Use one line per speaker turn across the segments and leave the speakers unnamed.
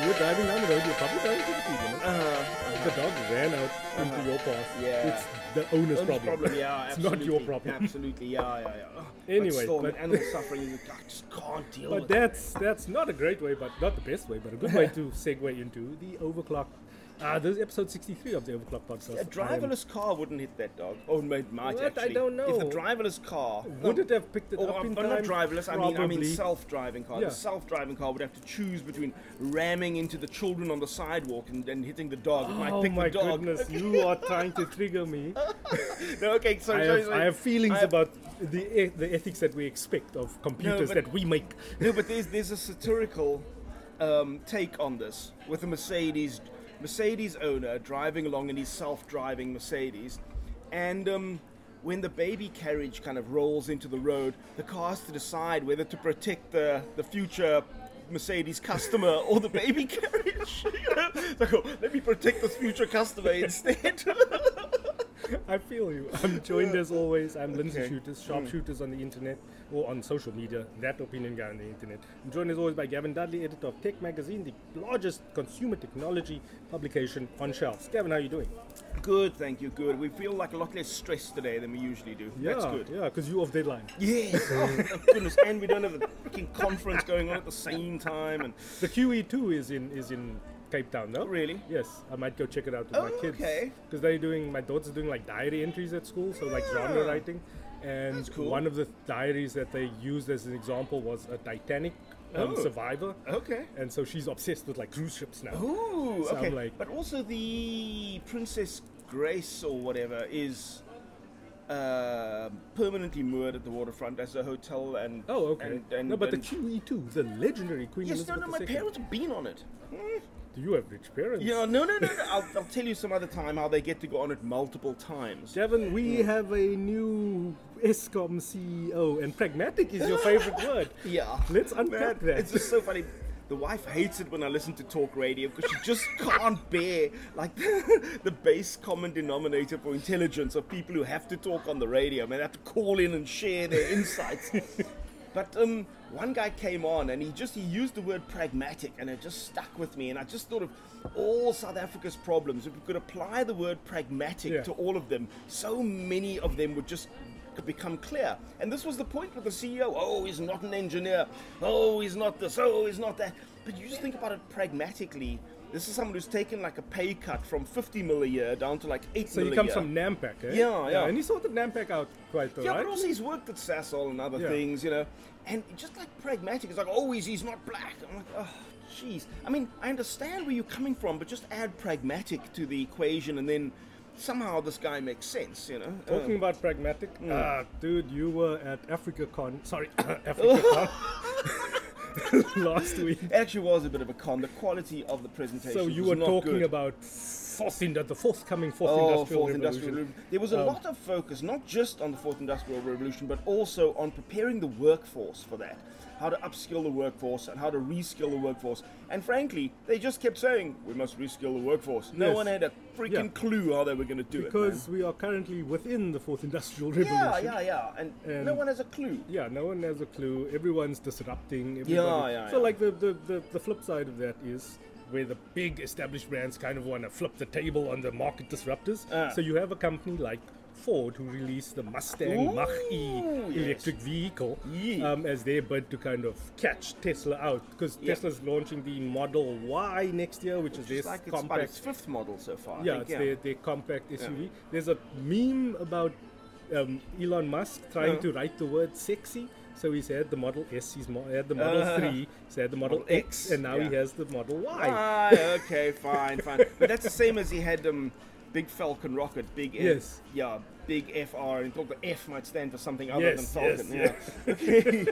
You were driving down the road, you were probably driving 50, you know.
Uh,
The dog ran out into your path.
Uh-huh. Yeah.
It's the owner's,
Own's
problem.
problem, yeah,
it's
absolutely.
not your problem.
Absolutely, yeah, yeah, yeah.
Anyway,
but still,
but-
man, animal suffering, you- I just can't deal
But
with it.
that's that's not a great way, but not the best way, but a good way to segue into the overclock. Ah, this is episode 63 of the Overclock podcast.
A driverless car wouldn't hit that dog. Oh, no, it might
What? I
actually.
don't know.
If the driverless car
I am- Um, would it have picked it
Oh,
up in
but not
time?
driverless. I mean, I mean
Probably.
self-driving car.
Yeah.
The self-driving car would have to choose between ramming into the children on the sidewalk and, and hitting the dog. It might
Oh
pick
my
the dog.
goodness, you are trying to trigger me.
No, okay, so,
I
so-
have,
so-
I have feelings
I have-
about the e- the ethics that we expect of computers
but-
that we make.
No, but there's there's a satirical um, take on this with a Mercedes Mercedes owner driving along in his self-driving Mercedes, and um, when the baby carriage kind of rolls into the road, the car has to decide whether to protect the the future. Mercedes customer or the baby carriage. It's like, oh, let me protect this future customer instead.
I feel you. I'm joined as always. I'm Lindsay
Okay.
Shooters, Sharpshooters on the internet or on social media, that opinion guy on the internet. I'm joined as always by Gavin Dudley, editor of Tech Magazine, the largest consumer technology publication on shelves. Gavin, how are you doing?
good, thank you. Good. We feel like a lot less stressed today than we usually do. That's good.
Yeah, because you off deadline.
Yes. Oh, goodness. And we don't have a freaking conference going on at the same time. And
The QE2 is in is in Cape Town, though.
Really?
Yes, I might go check it out with my
Oh,
kids.
okay.
Because they're doing my daughter's doing like diary entries at school, so like genre
Ah,
writing, and
cool.
one of the diaries that they used as an example was a Titanic um,
Oh.
survivor.
okay.
And so she's obsessed with like cruise ships now.
Ooh.
So I'm
okay.
like-
but also the Princess Grace or whatever is uh, permanently moored at the waterfront as a hotel and
Oh, okay.
and, and
no, but
and-
the QE2, the legendary Queen
Yes, no,
Elizabeth
no, my
II.
parents have been on it. Mm.
Do you have rich parents?
Yeah, no, no, no, no. I'll, I'll tell you some other time how they get to go on it multiple times.
Devin, we have a new ESCOM CEO, and pragmatic is your favorite word.
Yeah.
Let's unpack that.
It's just so funny. The wife hates it when I listen to talk radio because she just can't bear like the, base common denominator for intelligence of people who have to talk on the radio. Man, they have to call in and share their insights. But um, one guy came on and he just he used the word pragmatic and it just stuck with me and I just thought of all South Africa's problems. If we could apply the word pragmatic
Yeah.
to all of them, so many of them would just become clear. And this was the point with the CEO. Oh, he's not an engineer. Oh, he's not this. Oh, he's not that. But you just think about it pragmatically. This is someone who's taken like a pay cut from 50 mil a year down to like 8
So
mil
he
a
comes
year.
from Nampak, eh?
Yeah, yeah.
And he sorted Nampak out quite all
Yeah,
right.
but also he's worked at Sasol and other
Yeah.
things, you know. And just like pragmatic, it's like, oh, he's, he's not black. I'm like, oh, jeez. I mean, I understand where you're coming from, but just add pragmatic to the equation and then somehow this guy makes sense, you know. Uh,
Talking about pragmatic,
Mm.
ah, dude, you were at AfricaCon, sorry, AfricaCon last week.
it actually was a bit of a con. The quality of the presentation
So you
was
were
not
talking
good.
about fourth indu- the forthcoming fourth
Oh,
industrial
fourth
revolution.
industrial revolution. There was a
Um,
lot of focus, not just on the fourth industrial revolution, but also on preparing the workforce for that. How to upskill the workforce and how to reskill the workforce. And frankly, they just kept saying we must reskill the workforce. No
Yes.
one had a freaking
Yeah.
clue how they were going to do
because
it.
we are currently within the fourth industrial
man.
revolution.
yeah, yeah, yeah, and, no
And-
one has a clue.
Yeah, no one has a clue. Everyone's disrupting. Everybody.
yeah,
so,
yeah.
like, the, the, the, the flip side of that is where the big established brands kind of want to flip the table on the market disruptors.
Ah.
So, you have a company like Ford who released the Mustang Mach E
Ooh, yes.
electric vehicle
Yee.
um, as their bid to kind of catch Tesla out because
Yeah.
Tesla's launching the Model Y next year, which, is
Just
this
like it's about
compact
its fifth model so far. I
yeah,
think,
it's Their, their compact SUV. There's a meme about um, Elon Musk trying
Yeah.
to write the word sexy. So he's had the Model S, he's mo- had the Model
Uh,
3, he's had the Model,
Model
X,
X,
and now he
yeah.
has the Model Y.
Ah, okay, fine, fine. But that's the same as he had um, big Falcon rocket, big F,
Yes.
yeah, big FR, and he thought the F might stand for something other
Yes,
than Falcon.
yes,
yeah. okay,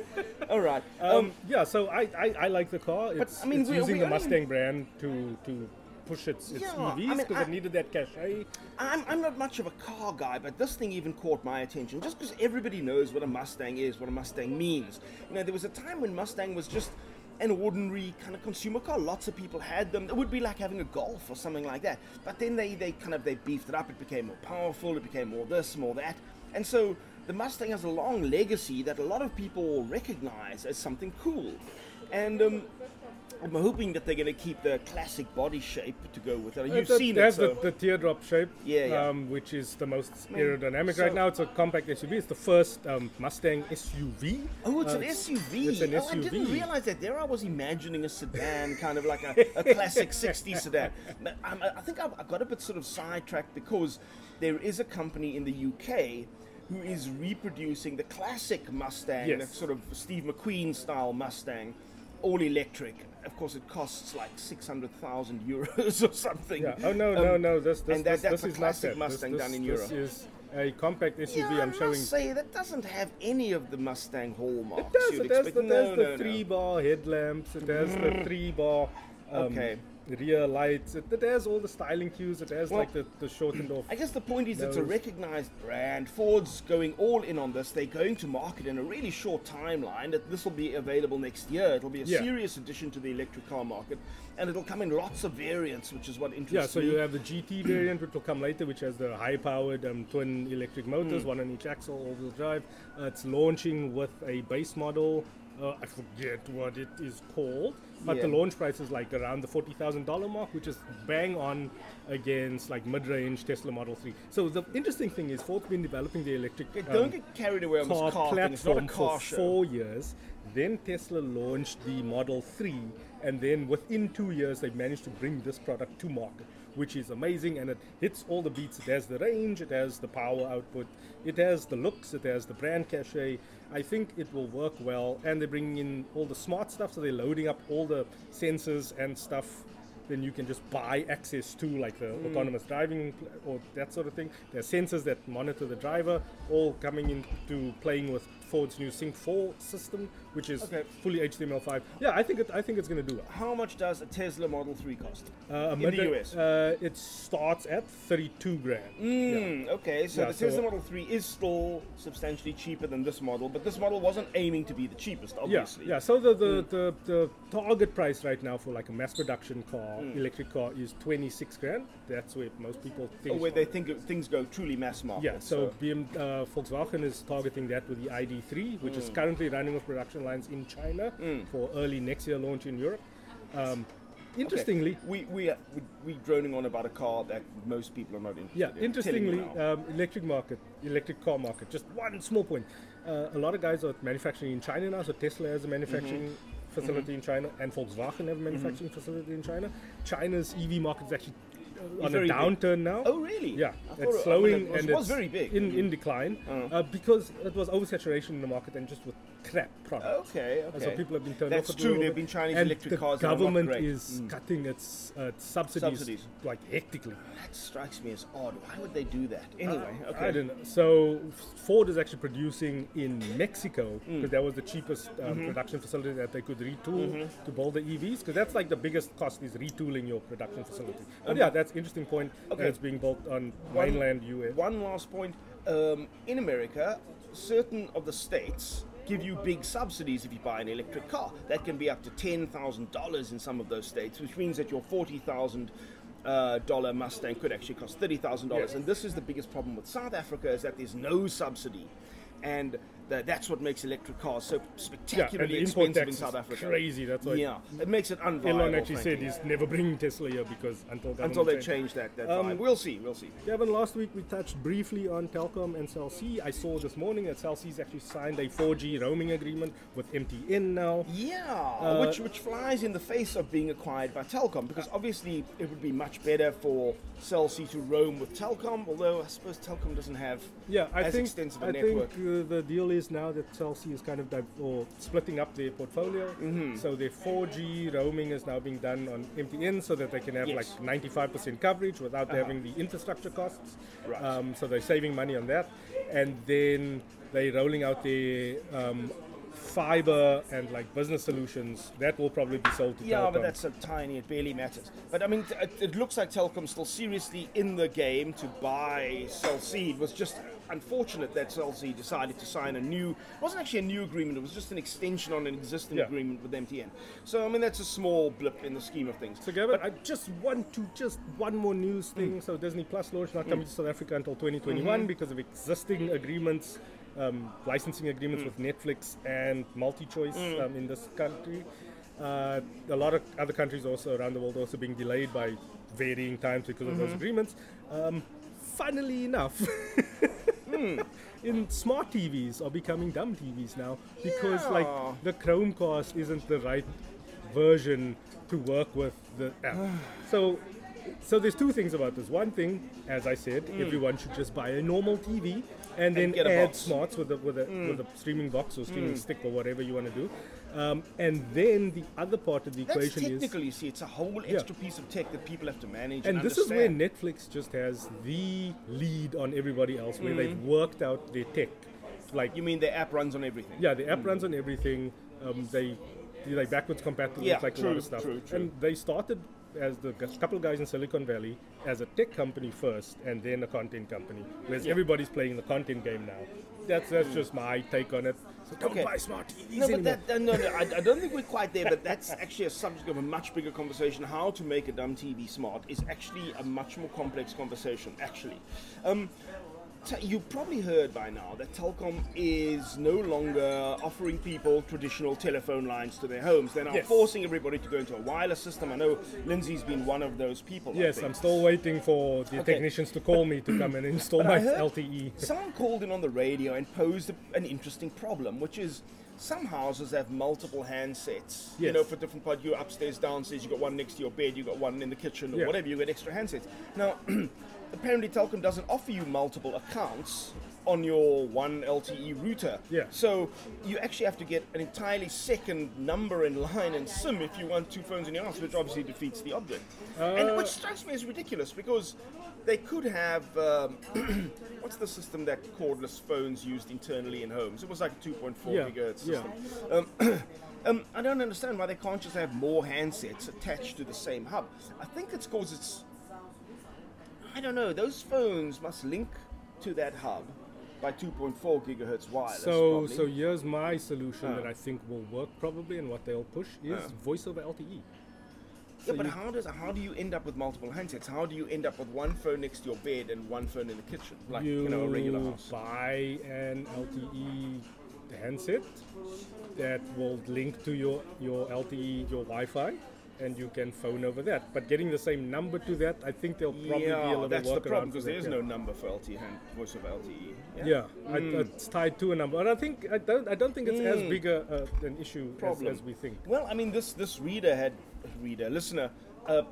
all right.
Um,
Um,
yeah, so I, I, I like the car. It's,
I mean,
it's
we-
using
we
the
only-
Mustang brand to, to push its, its
Yeah, I
EVs
mean,
because
I-
it neated that cachet.
I'm, I'm not much of a car guy, but this thing even caught my attention just because everybody knows what a Mustang is, what a Mustang means. You know, there was a time when Mustang was just an ordinary kind of consumer car. Lots of people had them. It would be like having a Golf or something like that. But then they, they kind of they beefed it up. It became more powerful. It became more this, more that. And so the Mustang has a long legacy that a lot of people recognize as something cool. And um, I'm hoping that they're going to keep the classic body shape to go with it. You've
that-
seen it.
that's
So.
the, the teardrop shape,
Yeah, yeah.
Um, which is the most aerodynamic
so-
right now. It's a compact SUV. It's the first um, Mustang SUV.
Oh, it's
Uh,
an SUV.
it's an
oh, I didn't
SUV.
realize that. There I was imagining a sedan, kind of like a, a classic 60s sedan. But I'm, I think I've, I got a bit sort of sidetracked because there is a company in the UK who is reproducing the classic Mustang,
Yes.
the sort of Steve McQueen style Mustang, all electric. Of course, it costs like 600,000 euros or something.
Yeah. Oh no,
Um,
no, no. This, this,
and that-
this,
that's
this
a
is
classic
not that.
Mustang
this, this,
done in
this
Europe.
is a compact SUV.
yeah, I
I'm
must
showing.
say that doesn't have any of the Mustang hallmarks.
There's,
you'd
there's
expect.
the, there's
No,
the
no, no.
three bar headlamps. It has the three bar. Um,
Okay.
Rear lights. It, it has all the styling cues. It has
Well,
like the, the shortened off.
I guess the point is it's a
Those-
recognized brand. Ford's going all in on this. They're going to market in a really short timeline. That this will be available next year. It'll be a
Yeah.
serious addition to the electric car market, and it'll come in lots of variants, which is what interests
Yeah, so
me.
you have the GT variant, which will come later, which has the high-powered um, twin electric motors,
Hmm.
one on each axle, all-wheel drive. Uh, it's launching with a base model. Uh, I forget what it is called, but the
Yeah.
launch price is like around the forty thousand dollar mark, which is bang on against like mid-range Tesla Model Three. So the interesting thing is Ford's been developing the electric
Okay,
um,
don't get carried away on
car
this car thing. It's not a
platform
car
for
show.
four years. Then Tesla launched the Model 3, and then within two years, they managed to bring this product to market, which is amazing. And it hits all the beats. It has the range, it has the power output, it has the looks, it has the brand cachet. I think it will work well. And they're bringing in all the smart stuff, so they're loading up all the sensors and stuff. Then you can just buy access to like the
Mm.
autonomous driving pl- or that sort of thing. There are sensors that monitor the driver, all coming into playing with Ford's new Sync 4 system, which is
Okay.
fully HTML5. Yeah, I think it, I think it's going to do well.
How much does a Tesla Model 3 cost?
Uh, a
In the
mid-
US.
uh, it starts at 32 grand. Yeah.
Hmm, okay, so
Yeah,
the
so-
Tesla Model 3 is still substantially cheaper than this model, but this model wasn't aiming to be the cheapest, obviously. Mm.
Yeah, yeah. So the the, the the target price right now for like a mass production car,
Mm.
electric car, is 26 grand. That's where most people
Or
think.
Oh, where they think of- things go truly mass market.
Yeah, so BM, uh, Volkswagen is targeting that with the ID3, which
Mm.
is currently running with production lines in China for early next year launch in Europe. Um, interestingly,
we we we we droning on about a car that most people are not interested
yeah,
in.
interestingly,
Telling you now.
um, electric market, electric car market. Just one small point. Uh, a lot of guys are manufacturing in China now. So Tesla has a manufacturing
Mm-hmm.
facility in China, and Volkswagen have a manufacturing facility in China. China's EV market is actually uh, on a
very big.
downturn now.
oh really?
Yeah,
I thought- I mean,
it's slowing
it was,
and
was
it's
very big.
in, in decline uh, because it was oversaturation in the market and just with crap products.
okay,
Uh,
Oh, okay.
So people have been turned
That's
off. at the
true.
moment.
There've been Chinese
and
electric
the
cars that are not
government
great. Mm.
is cutting its uh, subsidies,
Subsidies.
like hectically.
that strikes me as odd. Why would they do that? Anyway, okay.
Uh, I don't know. So Ford is actually producing in Mexico
Mm.
because that was the cheapest um,
Mm-hmm.
production facility that they could retool to build the EVs because that's like the biggest cost is retooling your production facility. But yeah, that's interesting point.
Um, okay.
That's being built on
One-
mainland US.
One last point. Um, in America, certain of the states give you big subsidies if you buy an electric car. That can be up to ten thousand dollars in some of those states, which means that your forty thousand uh, dollar Mustang could actually cost thirty thousand dollars.
Yeah.
And this is the biggest problem with South Africa is that there's no subsidy, and tha- that's what makes electric cars so spectacularly
the import
expensive in
tax
South
is
Africa.
crazy, that's why
yeah, it makes it unviable.
Elon actually said
frankly.
he's never bringing Tesla here because until
until they
government
change that. that
Um,
vibe. We'll see. We'll see.
Gavin, last week we touched briefly on Telkom and CellC. I saw this morning that CellC's actually signed a 4G roaming agreement with MTN now.
Yeah,
Uh,
which which flies in the face of being acquired by Telkom because obviously it would be much better for Cell C to roam with Telkom. Although I suppose Telkom doesn't have
Yeah, I
as
think
extensive a
I
network.
think uh, the deal is now that Chelsea is kind of div- or splitting up their portfolio.
Mm-hmm.
So their 4G roaming is now being done on MTN so that they can have
Yes. Uh-huh.
like 95% coverage without having the infrastructure costs.
Right.
Um, so they're saving money on that, and then they're rolling out their um, fiber and like business solutions that will probably be sold to
yeah,
Telkom.
but that's so tiny; it barely matters. But I mean, t- it, it looks like Telkom's still seriously in the game to buy Cell C. It was just unfortunate that Cell C decided to sign a new. It wasn't actually a new agreement; it was just an extension on an existing
Yeah.
agreement with MTN. So I mean, that's a small blip in the scheme of things.
So Gavin, I just want to just one more news thing. So Disney Plus launch not coming to South Africa until 2021 because of existing agreements um, licensing agreements with Netflix and multi-choice um, in this country. Uh, a lot of other countries also around the world also being delayed by varying times because of those agreements. Um, funnily enough,
Hmm.
in smart TVs are becoming dumb TVs now because
Yeah.
like the Chromecast isn't the right version to work with the app. so so there's two things about this. One thing, as I said, everyone should just buy a normal TV and then
Hmm. get a
add
box. Hmm.
smarts with a with a with a streaming box or streaming stick or whatever you want to do. Um, and then the other part of the
That's
equation is
technical, you see. It's a whole extra piece of tech that people have to manage. And,
and this is where
understand.
Netflix just has the lead on everybody else, where they've worked out their tech. Like
Mm-hmm. You mean the app runs on everything?
Yeah, the app runs on everything. Um, they they like backwards compatible
Yeah,
with like a lot
true,
of stuff.
true, true.
And they started as the gu- couple guys in Silicon Valley as a tech company first, and then a content company. Whereas everybody's playing the content game now. That's that's just my take on it. So don't
Okay.
buy smart TVs
No,
anymore.
but that, uh, no, no, I, I don't think we're quite there. But that's actually a subject of a much bigger conversation. How to make a dumb TV smart is actually a much more complex conversation. Actually, um, t- you probably heard by now that Telkom is no longer offering people traditional telephone lines to their homes. They're now
Yes.
forcing everybody to go into a wireless system. I know Lindsay's been one of those people. I
yes,
think.
I'm still waiting for the
Okay.
technicians to call me to come and install
But
my E.
I heard
LTE.
Someone called in on the radio and posed a, an interesting problem, which is some houses have multiple handsets. You
Yes.
know, for different part, you're upstairs, downstairs. You got one next to your bed. You got one in the kitchen or
Yeah.
whatever. You get extra handsets. Now, apparently, Telkom doesn't offer you multiple accounts on your one LTE router.
Yeah.
So you actually have to get an entirely second number and line and SIM if you want two phones in your house, which obviously defeats the object.
Uh.
and which strikes me as ridiculous because they could have um, what's the system that cordless phones used internally in homes? It was like a 2.4
Yeah,
gigahertz
yeah.
system. Um, I don't understand why they can't just have more handsets attached to the same hub. I think it's because it's. I don't know. Those phones must link to that hub by 2.4 gigahertz wireless.
So,
probably.
so here's my solution that I think will work probably, and what they'll push is voice over E. LTE.
yeah, but
you-
how does how do you end up with multiple handsets? How do you end up with one phone next to your bed and one phone in the kitchen, like you, know, a regular
You
house?
buy an LTE handset that will link to your your LTE your Wi-Fi, and you can phone over that. But getting the same number to that, I think there'll probably be a
yeah,
little
that's the
workaround
problem
for
because
that,
there is
yeah.
no number for LTE hand, voice of E. LTE.
Yeah, Hmm. I, it's tied to a number, and I think I don't I don't think it's as big a, uh, an issue as,
problem.
as we think.
Well, I mean, this this reader had reader listener. Uh,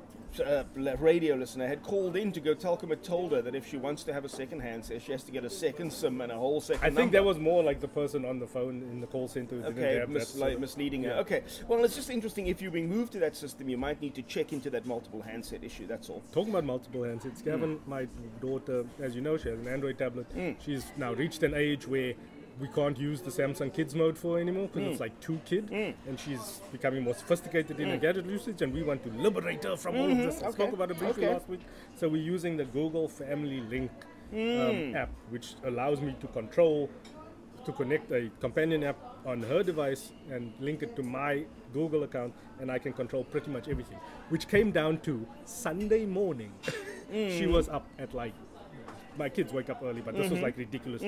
uh, la- radio listener had called in to go. Telkom had told her that if she wants to have a second handset, she has to get a second SIM and a whole second.
I think
number.
that was more like the person on the phone in the call center. who didn't
Okay,
have
mis-
that
like
sort of-
misleading her. Okay, well, it's just interesting. If you're being moved to that system, you might need to check into that multiple handset issue. That's all.
Talking about multiple handsets, Gavin,
Mm.
my daughter, as you know, she has an Android tablet. She's now reached an age where we can't use the Samsung Kids mode for anymore because
Mm.
it's like too kid, and she's becoming more sophisticated in her gadget usage. And we want to liberate her from all of this. I spoke
Mm-hmm. okay,
about it briefly
okay.
last week. So we're using the Google Family Link
Mm.
um, app, which allows me to control to connect a companion app on her device and link it to my Google account, and I can control pretty much everything. Which came down to Sunday morning. she was up at like my kids wake up early, but this
Mm-hmm.
was like ridiculous.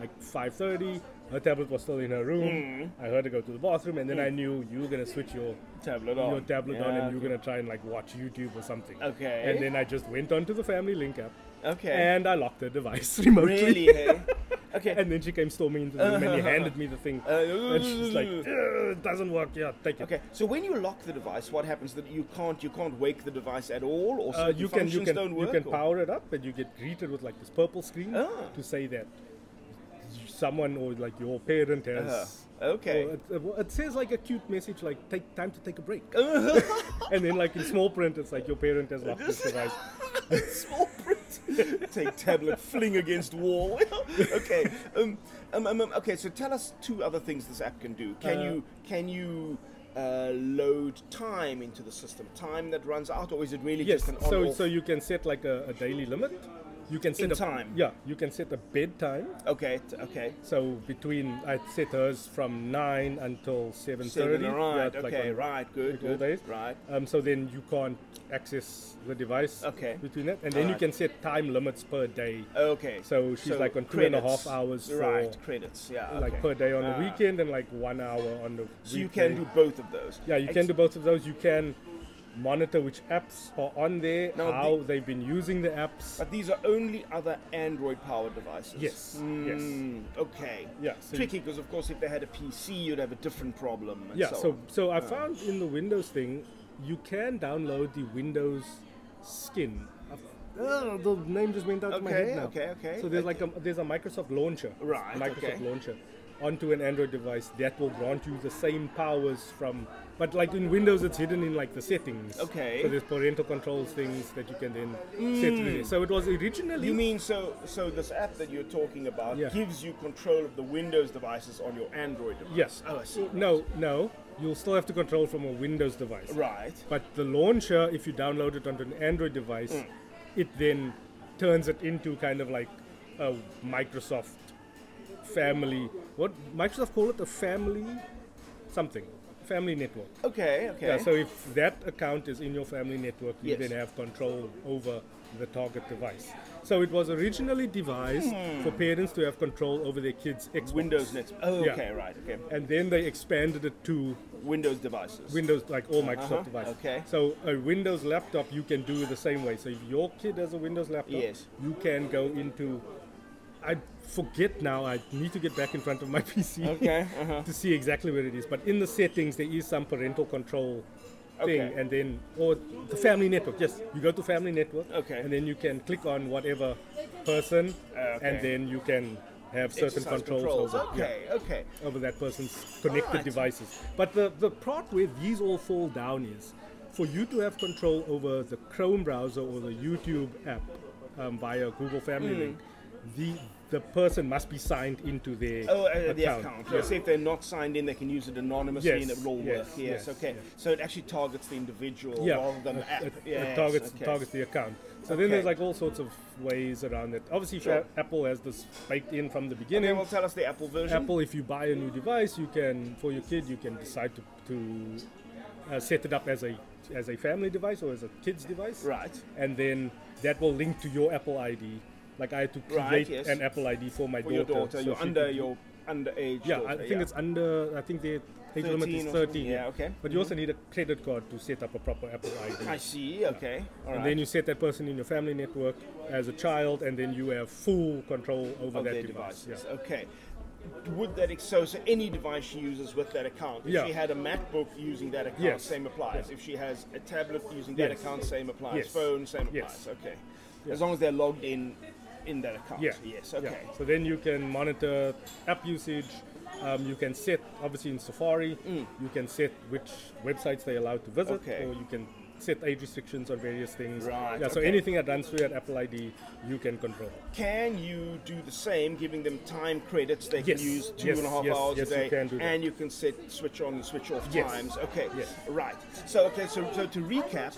Like 5:30, her tablet was still in her
Mm.
room. I heard her go to the bathroom, and then I knew you were gonna switch your
Tablet on.
your tablet on,
Mm. Oh, Yeah,
and you're gonna try and like watch YouTube or something.
Okay.
And then I just went onto the Family Link app,
Okay.
and I locked the device remotely.
really? hey? Okay.
And then she came storming into the room and he handed me the thing. and she's like, "Ugh, it doesn't work. Yeah, take it.
Uh, Okay, so when you lock the device, what happens? That you can't you can't wake the device at all, or
Uh,
certain
you can you
functions
can
don't
you
work.
can
or-
power it up and you get greeted with like this purple screen
Ah.
to say that someone or like your parent has.
Uh-huh. Okay.
or it, uh, well, it says like a cute message like take time to take a break.
Uh-huh.
and then like in small print it's like your parent has locked this device.
Small print. Take tablet, fling against wall. okay. Um, um, um, um, okay. So tell us two other things this app can do. Can
Uh,
you can you uh, load time into the system? Time that runs out, or is it really
Yes.
just an on
So
off?
so you can set like a, a daily limit. You can set
In
a
time.
Yeah, you can set a bedtime.
Okay, t- okay.
So between I set hers from nine until seven
Seven,
thirty.
right, okay, right, good,
all
good,
days.
right.
Um, so then you can't access the device.
Okay. Oh,
Between that, and then you
Alright.
can set time limits per day.
Okay.
So she's like on two and a half
credits.
hours for-
Right, credits, yeah.
Like
okay.
per day on
Ah.
the weekend and like one hour on the.
So you can do both of those.
Yeah, you can
Ex-
do both of those. You can monitor which apps are on there,
Now
how
the-
they've been using the apps.
But these are only other Android powered devices.
Yes, yes.
Mm, yes. Okay.
Yeah, so you-
Tricky because, of course, if they had a PC, you'd have a different problem. And
yeah,
so, uh,
so
on.
so I found in the Windows thing, you can download the Windows skin. Uh, the name just went out of my
Okay,
head now.
okay, okay.
So there's like a, there's a Microsoft launcher,
Right,
Microsoft
okay.
launcher, onto an Android device that will grant you the same powers from. But like in Windows, it's hidden in like the settings.
Okay. Hmm.
So there's parental controls things that you can then set. to there. So it was originally.
You mean so? So this app that you're talking about
Yeah.
gives you control of the Windows devices on your Android device.
Yes.
Oh, I see.
No, no. You'll still have to control from a Windows device.
Right.
But the launcher, if you download it onto an Android device,
Hmm.
it then turns it into kind of like a Microsoft family. What Microsoft call it a family something, family network.
Okay. Okay.
Yeah, so if that account is in your family network, you
Yes.
then have control over the target device. So it was originally devised for parents to have control over their kids' Xbox.
Hmm. Windows Net. Oh,
Yeah.
okay. Right. Okay.
And then they expanded it to
Windows devices.
Windows, like all Microsoft
Uh-huh,
devices.
okay.
So a Windows laptop you can do the same way. So if your kid has a Windows laptop,
Yes.
you can go into. I forget now. I need to get back in front of my PC
Okay, uh-huh.
to see exactly where it is. But in the settings, there is some parental control thing,
Okay.
and then or the family network. Yes, you go to family network.
Okay. Ah,
And then you can click on whatever person,
Okay.
and then you can have certain
Exercise
controls,
controls.
over. yeah
Okay. Okay.
over that person's connected
Alright.
devices. But the, the part where these all fall down is for you to have control over the Chrome browser or the YouTube app um, via Google
Hmm.
Family Link, the the person must be signed into their
Oh, uh,
account.
the account.
Yeah.
Yes. If they're not signed in, they can use it anonymously
Yes,
and it will all
yes,
work. Yes,
yes,
okay.
yes.
So it actually targets the individual
Yeah,
rather than the app.
it, it
Yes,
targets
okay.
targets the account. So then
Okay.
there's like all sorts of ways around it. Obviously,
Sure.
Fa- Apple has this baked in from the
And
beginning.
then will tell us the Apple version.
Apple, if you buy a new device, you can for your kid, you can decide to, to uh, set it up as a as a family device or as a kid's device,
Right.
And then that will link to your Apple ID. Like I had to create
Right, yes.
an Apple ID for my
For
daughter.
your daughter,
so
you're
she
under
could-
your underage.
yeah,
daughter,
I think it's under. I think the age limit
13 or
is
something.
thirteen.
Yeah, okay.
But you also need a credit card to set up a proper Apple ID.
I see. Okay. All right.
And then you set that person in your family network as a child, and then you have full control over that
of their
device.
devices.
Yeah.
Okay. Would that ex- so, so any device she uses with that account? If
Yeah.
she had a MacBook using that account,
Yes.
same applies. If she has a tablet using that
Yes.
account, same applies.
Yes.
Phone, same applies.
Yes.
Okay. As long as they're logged in in that account.
Yeah.
Yes.
yeah.
Okay.
So then you can monitor app usage. Um, you can set, obviously in Safari, you can set which websites they're allowed to visit,
Mm. Okay.
or you can set age restrictions on various things.
Right,
Yeah, so
okay.
anything that runs through your Apple ID, you can control.
Can you do the same, giving them time credits they
Yes.
can use two
Yes,
and a half
yes,
hours
yes,
a
you
day,
can do that.
and you can set switch on and switch off
Yes.
times. Okay,
Yes.
right. So okay, so, so to recap,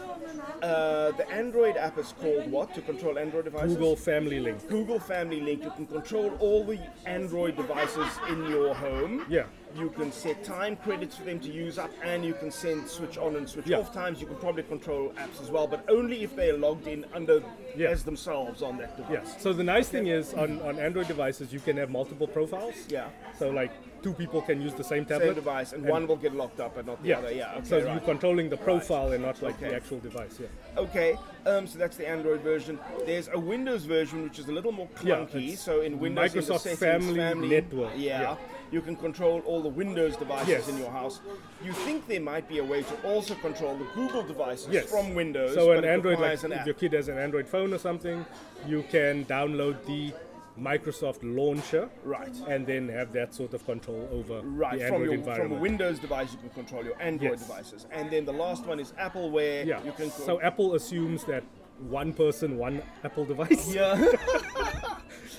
uh, the Android app is called what to control Android devices?
Google Family Link.
Google Family Link. You can control all the Android devices in your home.
Yeah.
You can set time credits for them to use up, and you can send switch on and switch
Yeah.
off times. You can probably control apps as well, but only if they are logged in under
Yeah.
as themselves on that device.
Yes. So the nice thing is on, on Android devices, you can have multiple profiles.
Yeah.
So like two people can use the same tablet.
Same device, and, one will get locked up and not the
Yeah.
other. Yeah. Okay.
so
right.
you're controlling the profile and not like
Okay.
the actual device. Yeah.
Okay, um, so that's the Android version. There's a Windows version which is a little more
Yeah,
clunky.
it's
so in Windows, in the
Microsoft
settings,
Family Network,
Yeah,
yeah.
you can control all the Windows devices
Yes.
in your house. You think there might be a way to also control the Google devices
yes.
from Windows?
So
but
an
it
Android, like
requires an
if
app.
your kid has an Android phone or something, you can download the Microsoft launcher,
Right.
and then have that sort of control over
Right,
the Android
from, your, from a
environment.
Windows device, you can control your Android
Yes.
devices. And then the last one is Apple, where
yeah.
you can.
so Apple assumes that one person, one Apple device.
yeah.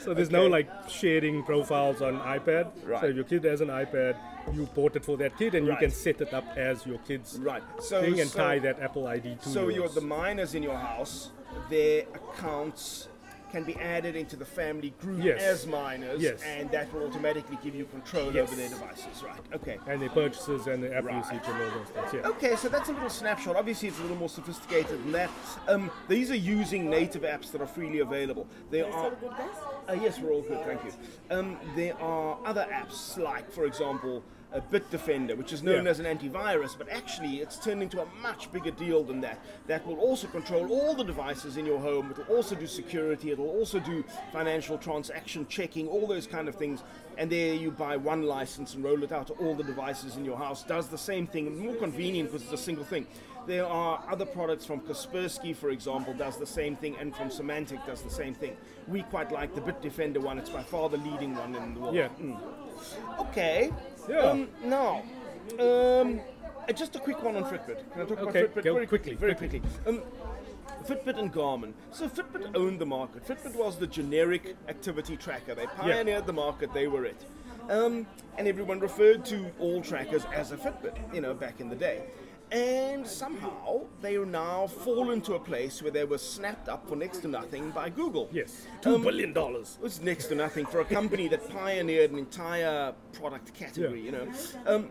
So there's no
Okay.
like sharing profiles on iPad.
Right.
So if your kid has an iPad, you port it for that kid, and
Right.
you can set it up as your kid's
Right. So-
thing and
so-
tie that Apple ID to
So
yours.
your the miners in your house, their accounts can be added into the family group
Yes.
as minors,
Yes.
and that will automatically give you control
Yes.
over their devices. Right. Okay.
and their purchases and their app
Right.
usage and all those things. Yeah.
Okay, so that's a little snapshot. Obviously, it's a little more sophisticated than that. Um, these are using native apps that are freely available. There are. Uh, yes, we're all good, thank you. Um, there are other apps, like, for example, uh, Bitdefender, which is known
Yeah.
as an antivirus, but actually it's turned into a much bigger deal than that. That will also control all the devices in your home, it'll also do security, it'll also do financial transaction checking, all those kind of things. And there you buy one license and roll it out to all the devices in your house. Does the same thing, and more convenient because it's a single thing. There are other products from Kaspersky, for example, does the same thing, and from Symantec does the same thing. We quite like the Bitdefender one. It's by far the leading one in the world.
Yeah.
Okay.
Yeah.
Um, now, um, uh, just a quick one on Fitbit. Can I talk
Okay,
about Fitbit
go
very
quickly,
Very quickly. Um, Fitbit and Garmin. So Fitbit owned the market. Fitbit was the generic activity tracker. They pioneered the market. They were it. Um, and everyone referred to all trackers as a Fitbit, you know, back in the day. And somehow they are now fallen to a place where they were snapped up for next to nothing by Google. Um,
Yes. two billion dollars.
It was next to nothing for a company that pioneered an entire product category,
Yeah.
you know. Um,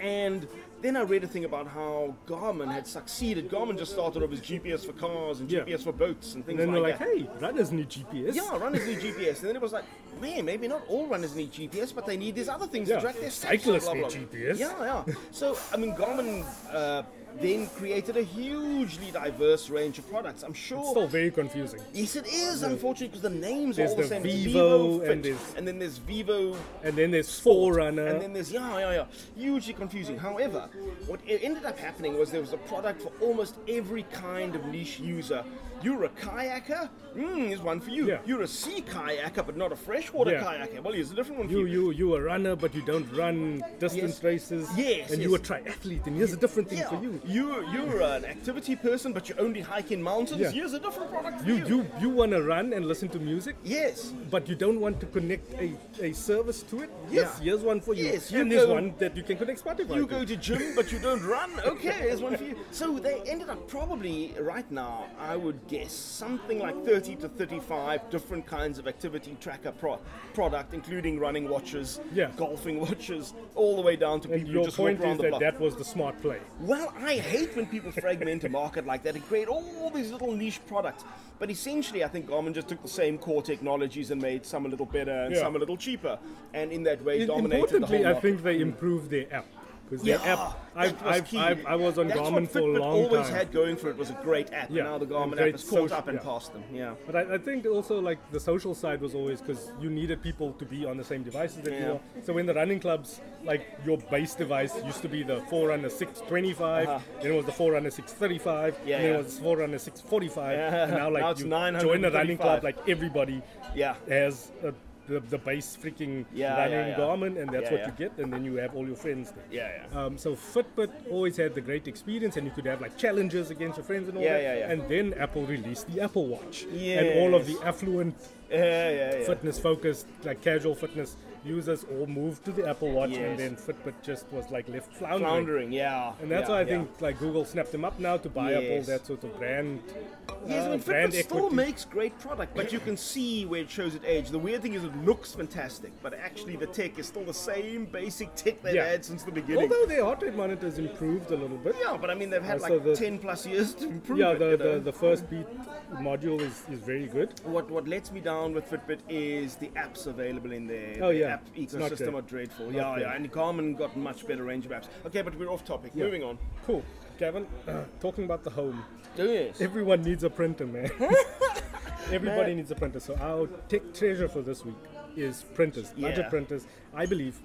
and then I read a thing about how Garmin had succeeded. Garmin just started off as GPS for cars and
Yeah.
GPS for boats and things
And then
like,
they're like,
that.
hey, runners need GPS.
Yeah, runners need GPS. And then it was like, man, maybe not all runners need GPS, but they need these other things
Yeah.
to track their steps.
Cyclists
blah, blah,
need
blah.
GPS.
Yeah, yeah. So, I mean, Garmin uh, then created a hugely diverse range of products. I'm sure.
It's still very confusing.
Yes, it is, unfortunately, because the names are
There's
all the,
the
same.
Vivo
Fit,
and there's-
and then there's Vivo,
And then there's Forerunner.
and then there's yeah, yeah, yeah. Hugely confusing. However, what e- ended up happening was there was a product for almost every kind of niche user. You're a kayaker? Mm, here's one for you.
Yeah.
You're a sea kayaker, but not a freshwater
Yeah.
kayaker. Well, here's a different one for
you,
you.
you, you a runner, but you don't run distance
Yes.
races.
Yes,
And you a
yes.
triathlete, and here's a different thing
yeah.
for you.
you. You're an activity person, but you only hike in mountains.
Yeah.
Here's a different product for
You,
you.
you, you want to run and listen to music,
Yes.
but you don't want to connect a, a service to it. Yes,
Yeah.
here's one for you.
Yes, you
and there's
go-
one that you can connect Spotify to.
You go to gym, but you don't run. Okay, here's one for you. So they ended up probably right now. I would guess something like 30 to 35 different kinds of activity tracker pro- product, including running watches,
Yeah.
golfing watches, all the way down to
and
people who
your
just walk
point
around
is
the
that
block.
that was the smart play.
Well, I hate when people fragment a market like that and create all these little niche products. But essentially, I think Garmin just took the same core technologies and made some a little better and
Yeah.
some a little cheaper, and in that way
In-
dominated the whole
Importantly,
market. Mm.
I think they improved their app. Because their app, I've,
that was
I've,
key.
I've, I was on
That's
Garmin
what
for a
Fitbit
long
always
time.
had going for it was a great app.
Yeah,
and now the
and
Garmin app
great
has caught
social-
up and
yeah.
passed them. Yeah.
But I, I think also like the social side was always because you needed people to be on the same devices that you
Yeah.
are. So in the running clubs, like your base device used to be the Forerunner 625,
Uh-huh.
then it was the Forerunner 635,
Yeah,
and then
yeah.
it was Forerunner 645, and now like
Now it's
you join a running
935.
club, like everybody
Yeah.
has a, the, the base freaking
Yeah,
running
yeah, yeah.
Garmin, and that's
Yeah,
what
yeah.
you get, and then you have all your friends there.
Yeah, yeah.
Um, so Fitbit always had the great experience, and you could have like challenges against your friends and all
Yeah,
that.
yeah, yeah.
And then Apple released the Apple Watch, and all of the
Yes.
affluent,
Yeah, yeah, yeah.
fitness-focused, like casual fitness users all moved to the Apple Watch, and
Yes.
then Fitbit just was like left floundering.
Floundering, yeah.
And that's
yeah,
why I
yeah.
think like Google snapped them up now to buy up all
Yes.
that sort of brand.
Yes,
uh,
I mean, Fitbit
brand
still
equity.
makes great product, but you can see where it shows its age. The weird thing is it looks fantastic, but actually the tech is still the same basic tech they've
Yeah.
had since the beginning.
Although their heart rate monitors improved a little bit.
yeah, but I mean, they've had
Uh,
like
so the-
10 plus years to improve
Yeah,
it,
the,
you know?
the, the first beat module is, is very good.
What what lets me down with Fitbit is the apps available in there.
Oh,
the
yeah.
app
It's not
ecosystem
good.
are dreadful.
Not
yeah,
good.
yeah, and Garmin got much better range of apps. Okay, but we're off topic. Moving on.
Cool. Gavin, talking about the home.
Yes.
Everyone needs a printer, man. Everybody needs a printer. So our tech treasure for this week is printers, budget
Yeah.
printers. I believe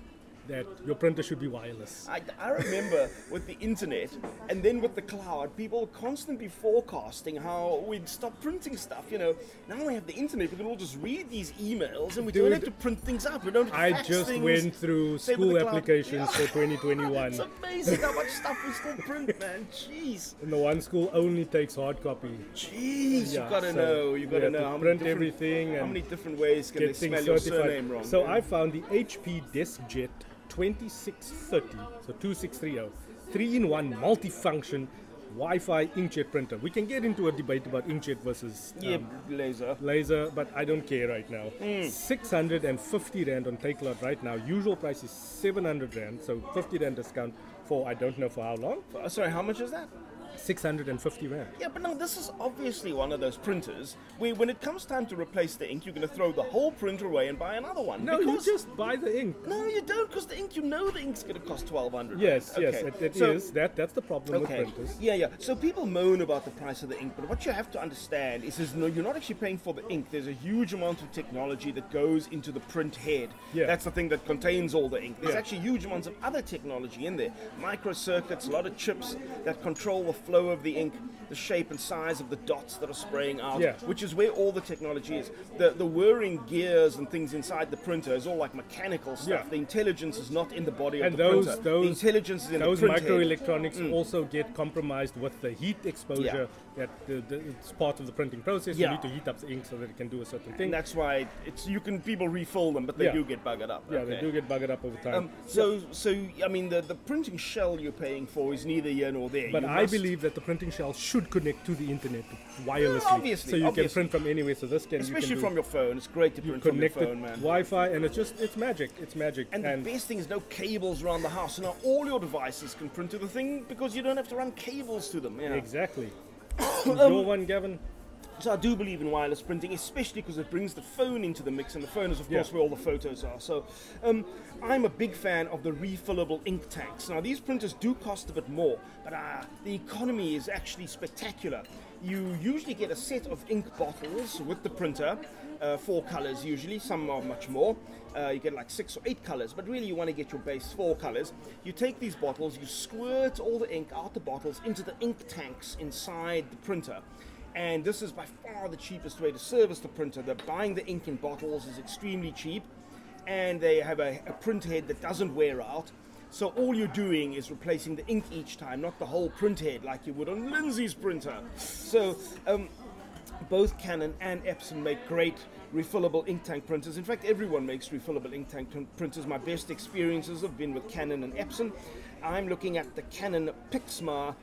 that your printer should be wireless.
I, I remember with the internet and then with the cloud, people constantly forecasting how we'd stop printing stuff. You know, now we have the internet, we can all just read these emails and we
Dude,
don't have to print things up. We don't have to
I
fax
just
things.
went through
Same with
school
the cloud.
applications for
Yeah.
2021.
it's amazing how much stuff we still print, man. Jeez.
And the one school only takes hard copy.
Jeez,
Yeah,
you gotta
so
know. You
you
gotta
have to
know how many,
print
different-
everything
how
and
many different ways can they
Get
smell
things
your
certified.
surname wrong?
So I found the HP DeskJet 2630, so 2630, three in one multifunction Wi-Fi inkjet printer. We can get into a debate about inkjet versus um,
Yep, Hmm. laser.
laser, but I don't care right now. 650 rand on Takealot right now. Usual price is 700 rand, so 50 rand discount for I don't know for how long.
Uh, Sorry, how much is that?
650 rand.
Yeah, but no, this is obviously one of those printers where when it comes time to replace the ink, you're going to throw the whole printer away and buy another one.
No,
because,
you just buy the ink.
No, you don't, because the ink, you know the ink's going to cost 1200
Yes,
right?
yes,
Okay,
it, it
so-
is. That that's the problem
Okay.
with printers.
Yeah, yeah. So people moan about the price of the ink, but what you have to understand is, is no, you're not actually paying for the ink. There's a huge amount of technology that goes into the print head.
Yeah.
That's the thing that contains all the ink. There's
Yeah.
actually huge amounts of other technology in there. Micro circuits, a lot of chips that control the flow of the ink, the shape and size of the dots that are spraying out,
Yeah.
which is where all the technology is. The the whirring gears and things inside the printer is all like mechanical stuff.
Yeah.
The intelligence is not in the body
And
of the
those
printer.
those
the intelligence is in
those
the print head.
microelectronics
Mm.
also get compromised with the heat exposure that the, the, it's part of the printing process.
Yeah.
You need to heat up the ink so that it can do a certain thing.
And that's why it's you can people refill them, but they
Yeah.
do get buggered up.
yeah,
okay.
they do get buggered up over time.
Um, so, so I mean, the, the printing shell you're paying for is neither here nor there.
But
You
I
must-
believe that the printing shell should connect to the internet wirelessly.
obviously,
so you
obviously.
can print from anywhere. So this can
especially
you can do-
from your phone, it's great to
you
print from your
connect it
phone, man.
Wi-Fi, and it's just it's magic. It's magic.
And, the best thing is no cables around the house. So now all your devices can print to the thing because you don't have to run cables to them. Yeah.
exactly.
Um,
your one, Gavin.
So I do believe in wireless printing, especially because it brings the phone into the mix, and the phone is, of
Yeah.
course, where all the photos are. So um, I'm a big fan of the refillable ink tanks. Now these printers do cost a bit more, but uh, the economy is actually spectacular. You usually get a set of ink bottles with the printer, uh, four colors usually. Some are much more. Uh, you get like six or eight colors, but really you want to get your base four colors. You take these bottles, you squirt all the ink out the bottles into the ink tanks inside the printer. And this is by far the cheapest way to service the printer. The buying the ink in bottles is extremely cheap, and they have a, a print head that doesn't wear out. So all you're doing is replacing the ink each time, not the whole print head like you would on Lindsay's printer. So um, both Canon and Epson make great refillable ink tank printers. In fact, everyone makes refillable ink tank prin- printers. My best experiences have been with Canon and Epson. I'm looking at the Canon Pixma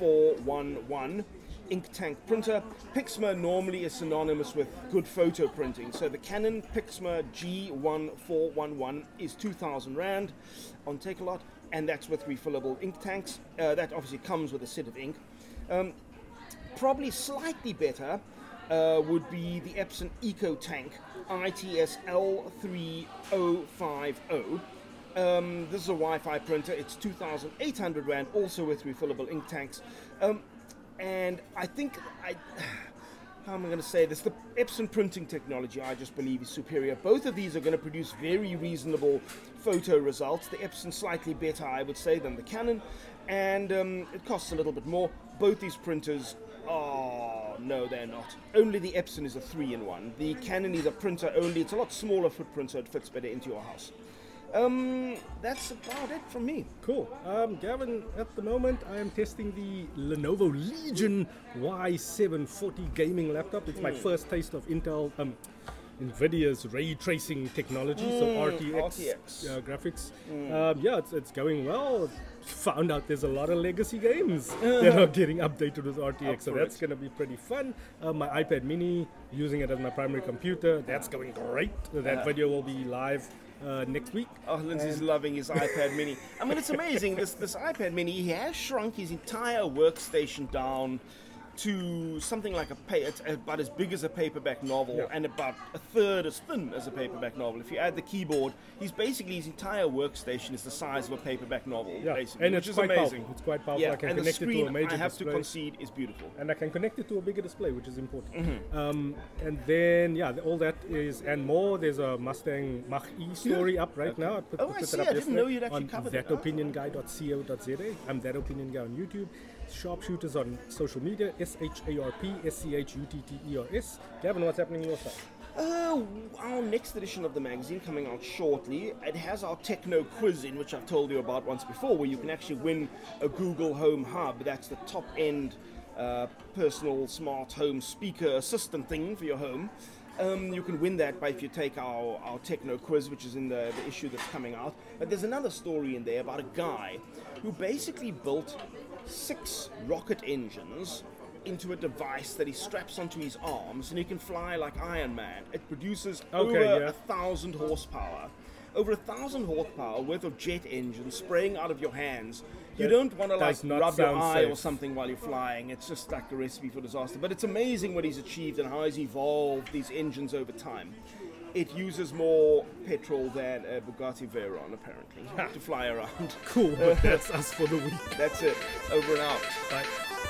G1411 ink tank printer. Pixma normally is synonymous with good photo printing. So the Canon Pixma G1411 is 2000 Rand on Takealot, and that's with refillable ink tanks. Uh, that obviously comes with a set of ink probably slightly better uh, would be the Epson Eco Tank ITS L3050. Um, this is a Wi Fi printer, it's 2800 Rand, also with refillable ink tanks. Um, and I think I. How am I going to say this? The Epson printing technology, I just believe, is superior. Both of these are going to produce very reasonable photo results. The Epson slightly better, I would say, than the Canon, and um, it costs a little bit more. Both these printers are no, they're not. Only the Epson is a three-in-one. The Canon is a printer only. It's a lot smaller footprint, so it fits better into your house. Um, that's about it from me.
Cool. Um, Gavin, at the moment, I am testing the Lenovo Legion Y740 gaming laptop. It's my first taste of Intel, um, NVIDIA's ray tracing technology, so RTX,
RTX.
Uh, graphics. Um, yeah, it's, it's going well. Found out there's a lot of legacy games that are getting updated with RTX, so
for
that's
it.
going to be pretty fun. Uh, my iPad Mini, using it as my primary computer, that's going great. That video will be live uh, next week.
Oh,
Um,
Lindsay's loving his iPad Mini. I mean, it's amazing. This this iPad Mini, he has shrunk his entire workstation down to something like a pa- it's about as big as a paperback novel
Yeah.
and about a third as thin as a paperback novel. If you add the keyboard, he's basically his entire workstation is the size of a paperback novel,
Yeah,
basically,
and
which
it's
is
quite
amazing.
powerful. It's quite powerful.
Yeah,
I can
and the
connect it to a
screen,
major
I have
display.
to concede, is beautiful.
and I can connect it to a bigger display, which is important.
Mm-hmm.
Um, and then, yeah, th- all that is and more. There's a Mustang Mach E story up right now. I put,
Oh,
put
I
it
see.
up
I didn't
yesterday
know you'd actually
on
covered it.
thatopinionguy.co.za. I'm that opinion guy on YouTube. Sharpshooters on social media. S H A R P S C H U T T E R S. Gavin, what's happening in your side?
Uh, our next edition of the magazine coming out shortly. It has our techno quiz in, which I've told you about once before, where you can actually win a Google Home Hub. That's the top end uh, personal smart home speaker assistant thing for your home. Um, you can win that by if you take our, our techno quiz, which is in the, the issue that's coming out. But there's another story in there about a guy who basically built six rocket engines into a device that he straps onto his arms and he can fly like Iron Man. It produces
Okay,
over
yeah.
a thousand horsepower. Over a thousand horsepower worth of jet engine spraying out of your hands. You
That
don't want to like
does not
rub your
sound
eye
safe.
or something something while you're flying. It's just like a recipe for disaster. But it's amazing what he's achieved and how he's evolved these engines over time. It uses more petrol than a Bugatti Veyron, apparently, to fly around.
Cool, but that's us for the week.
That's it. Over and out.
Bye.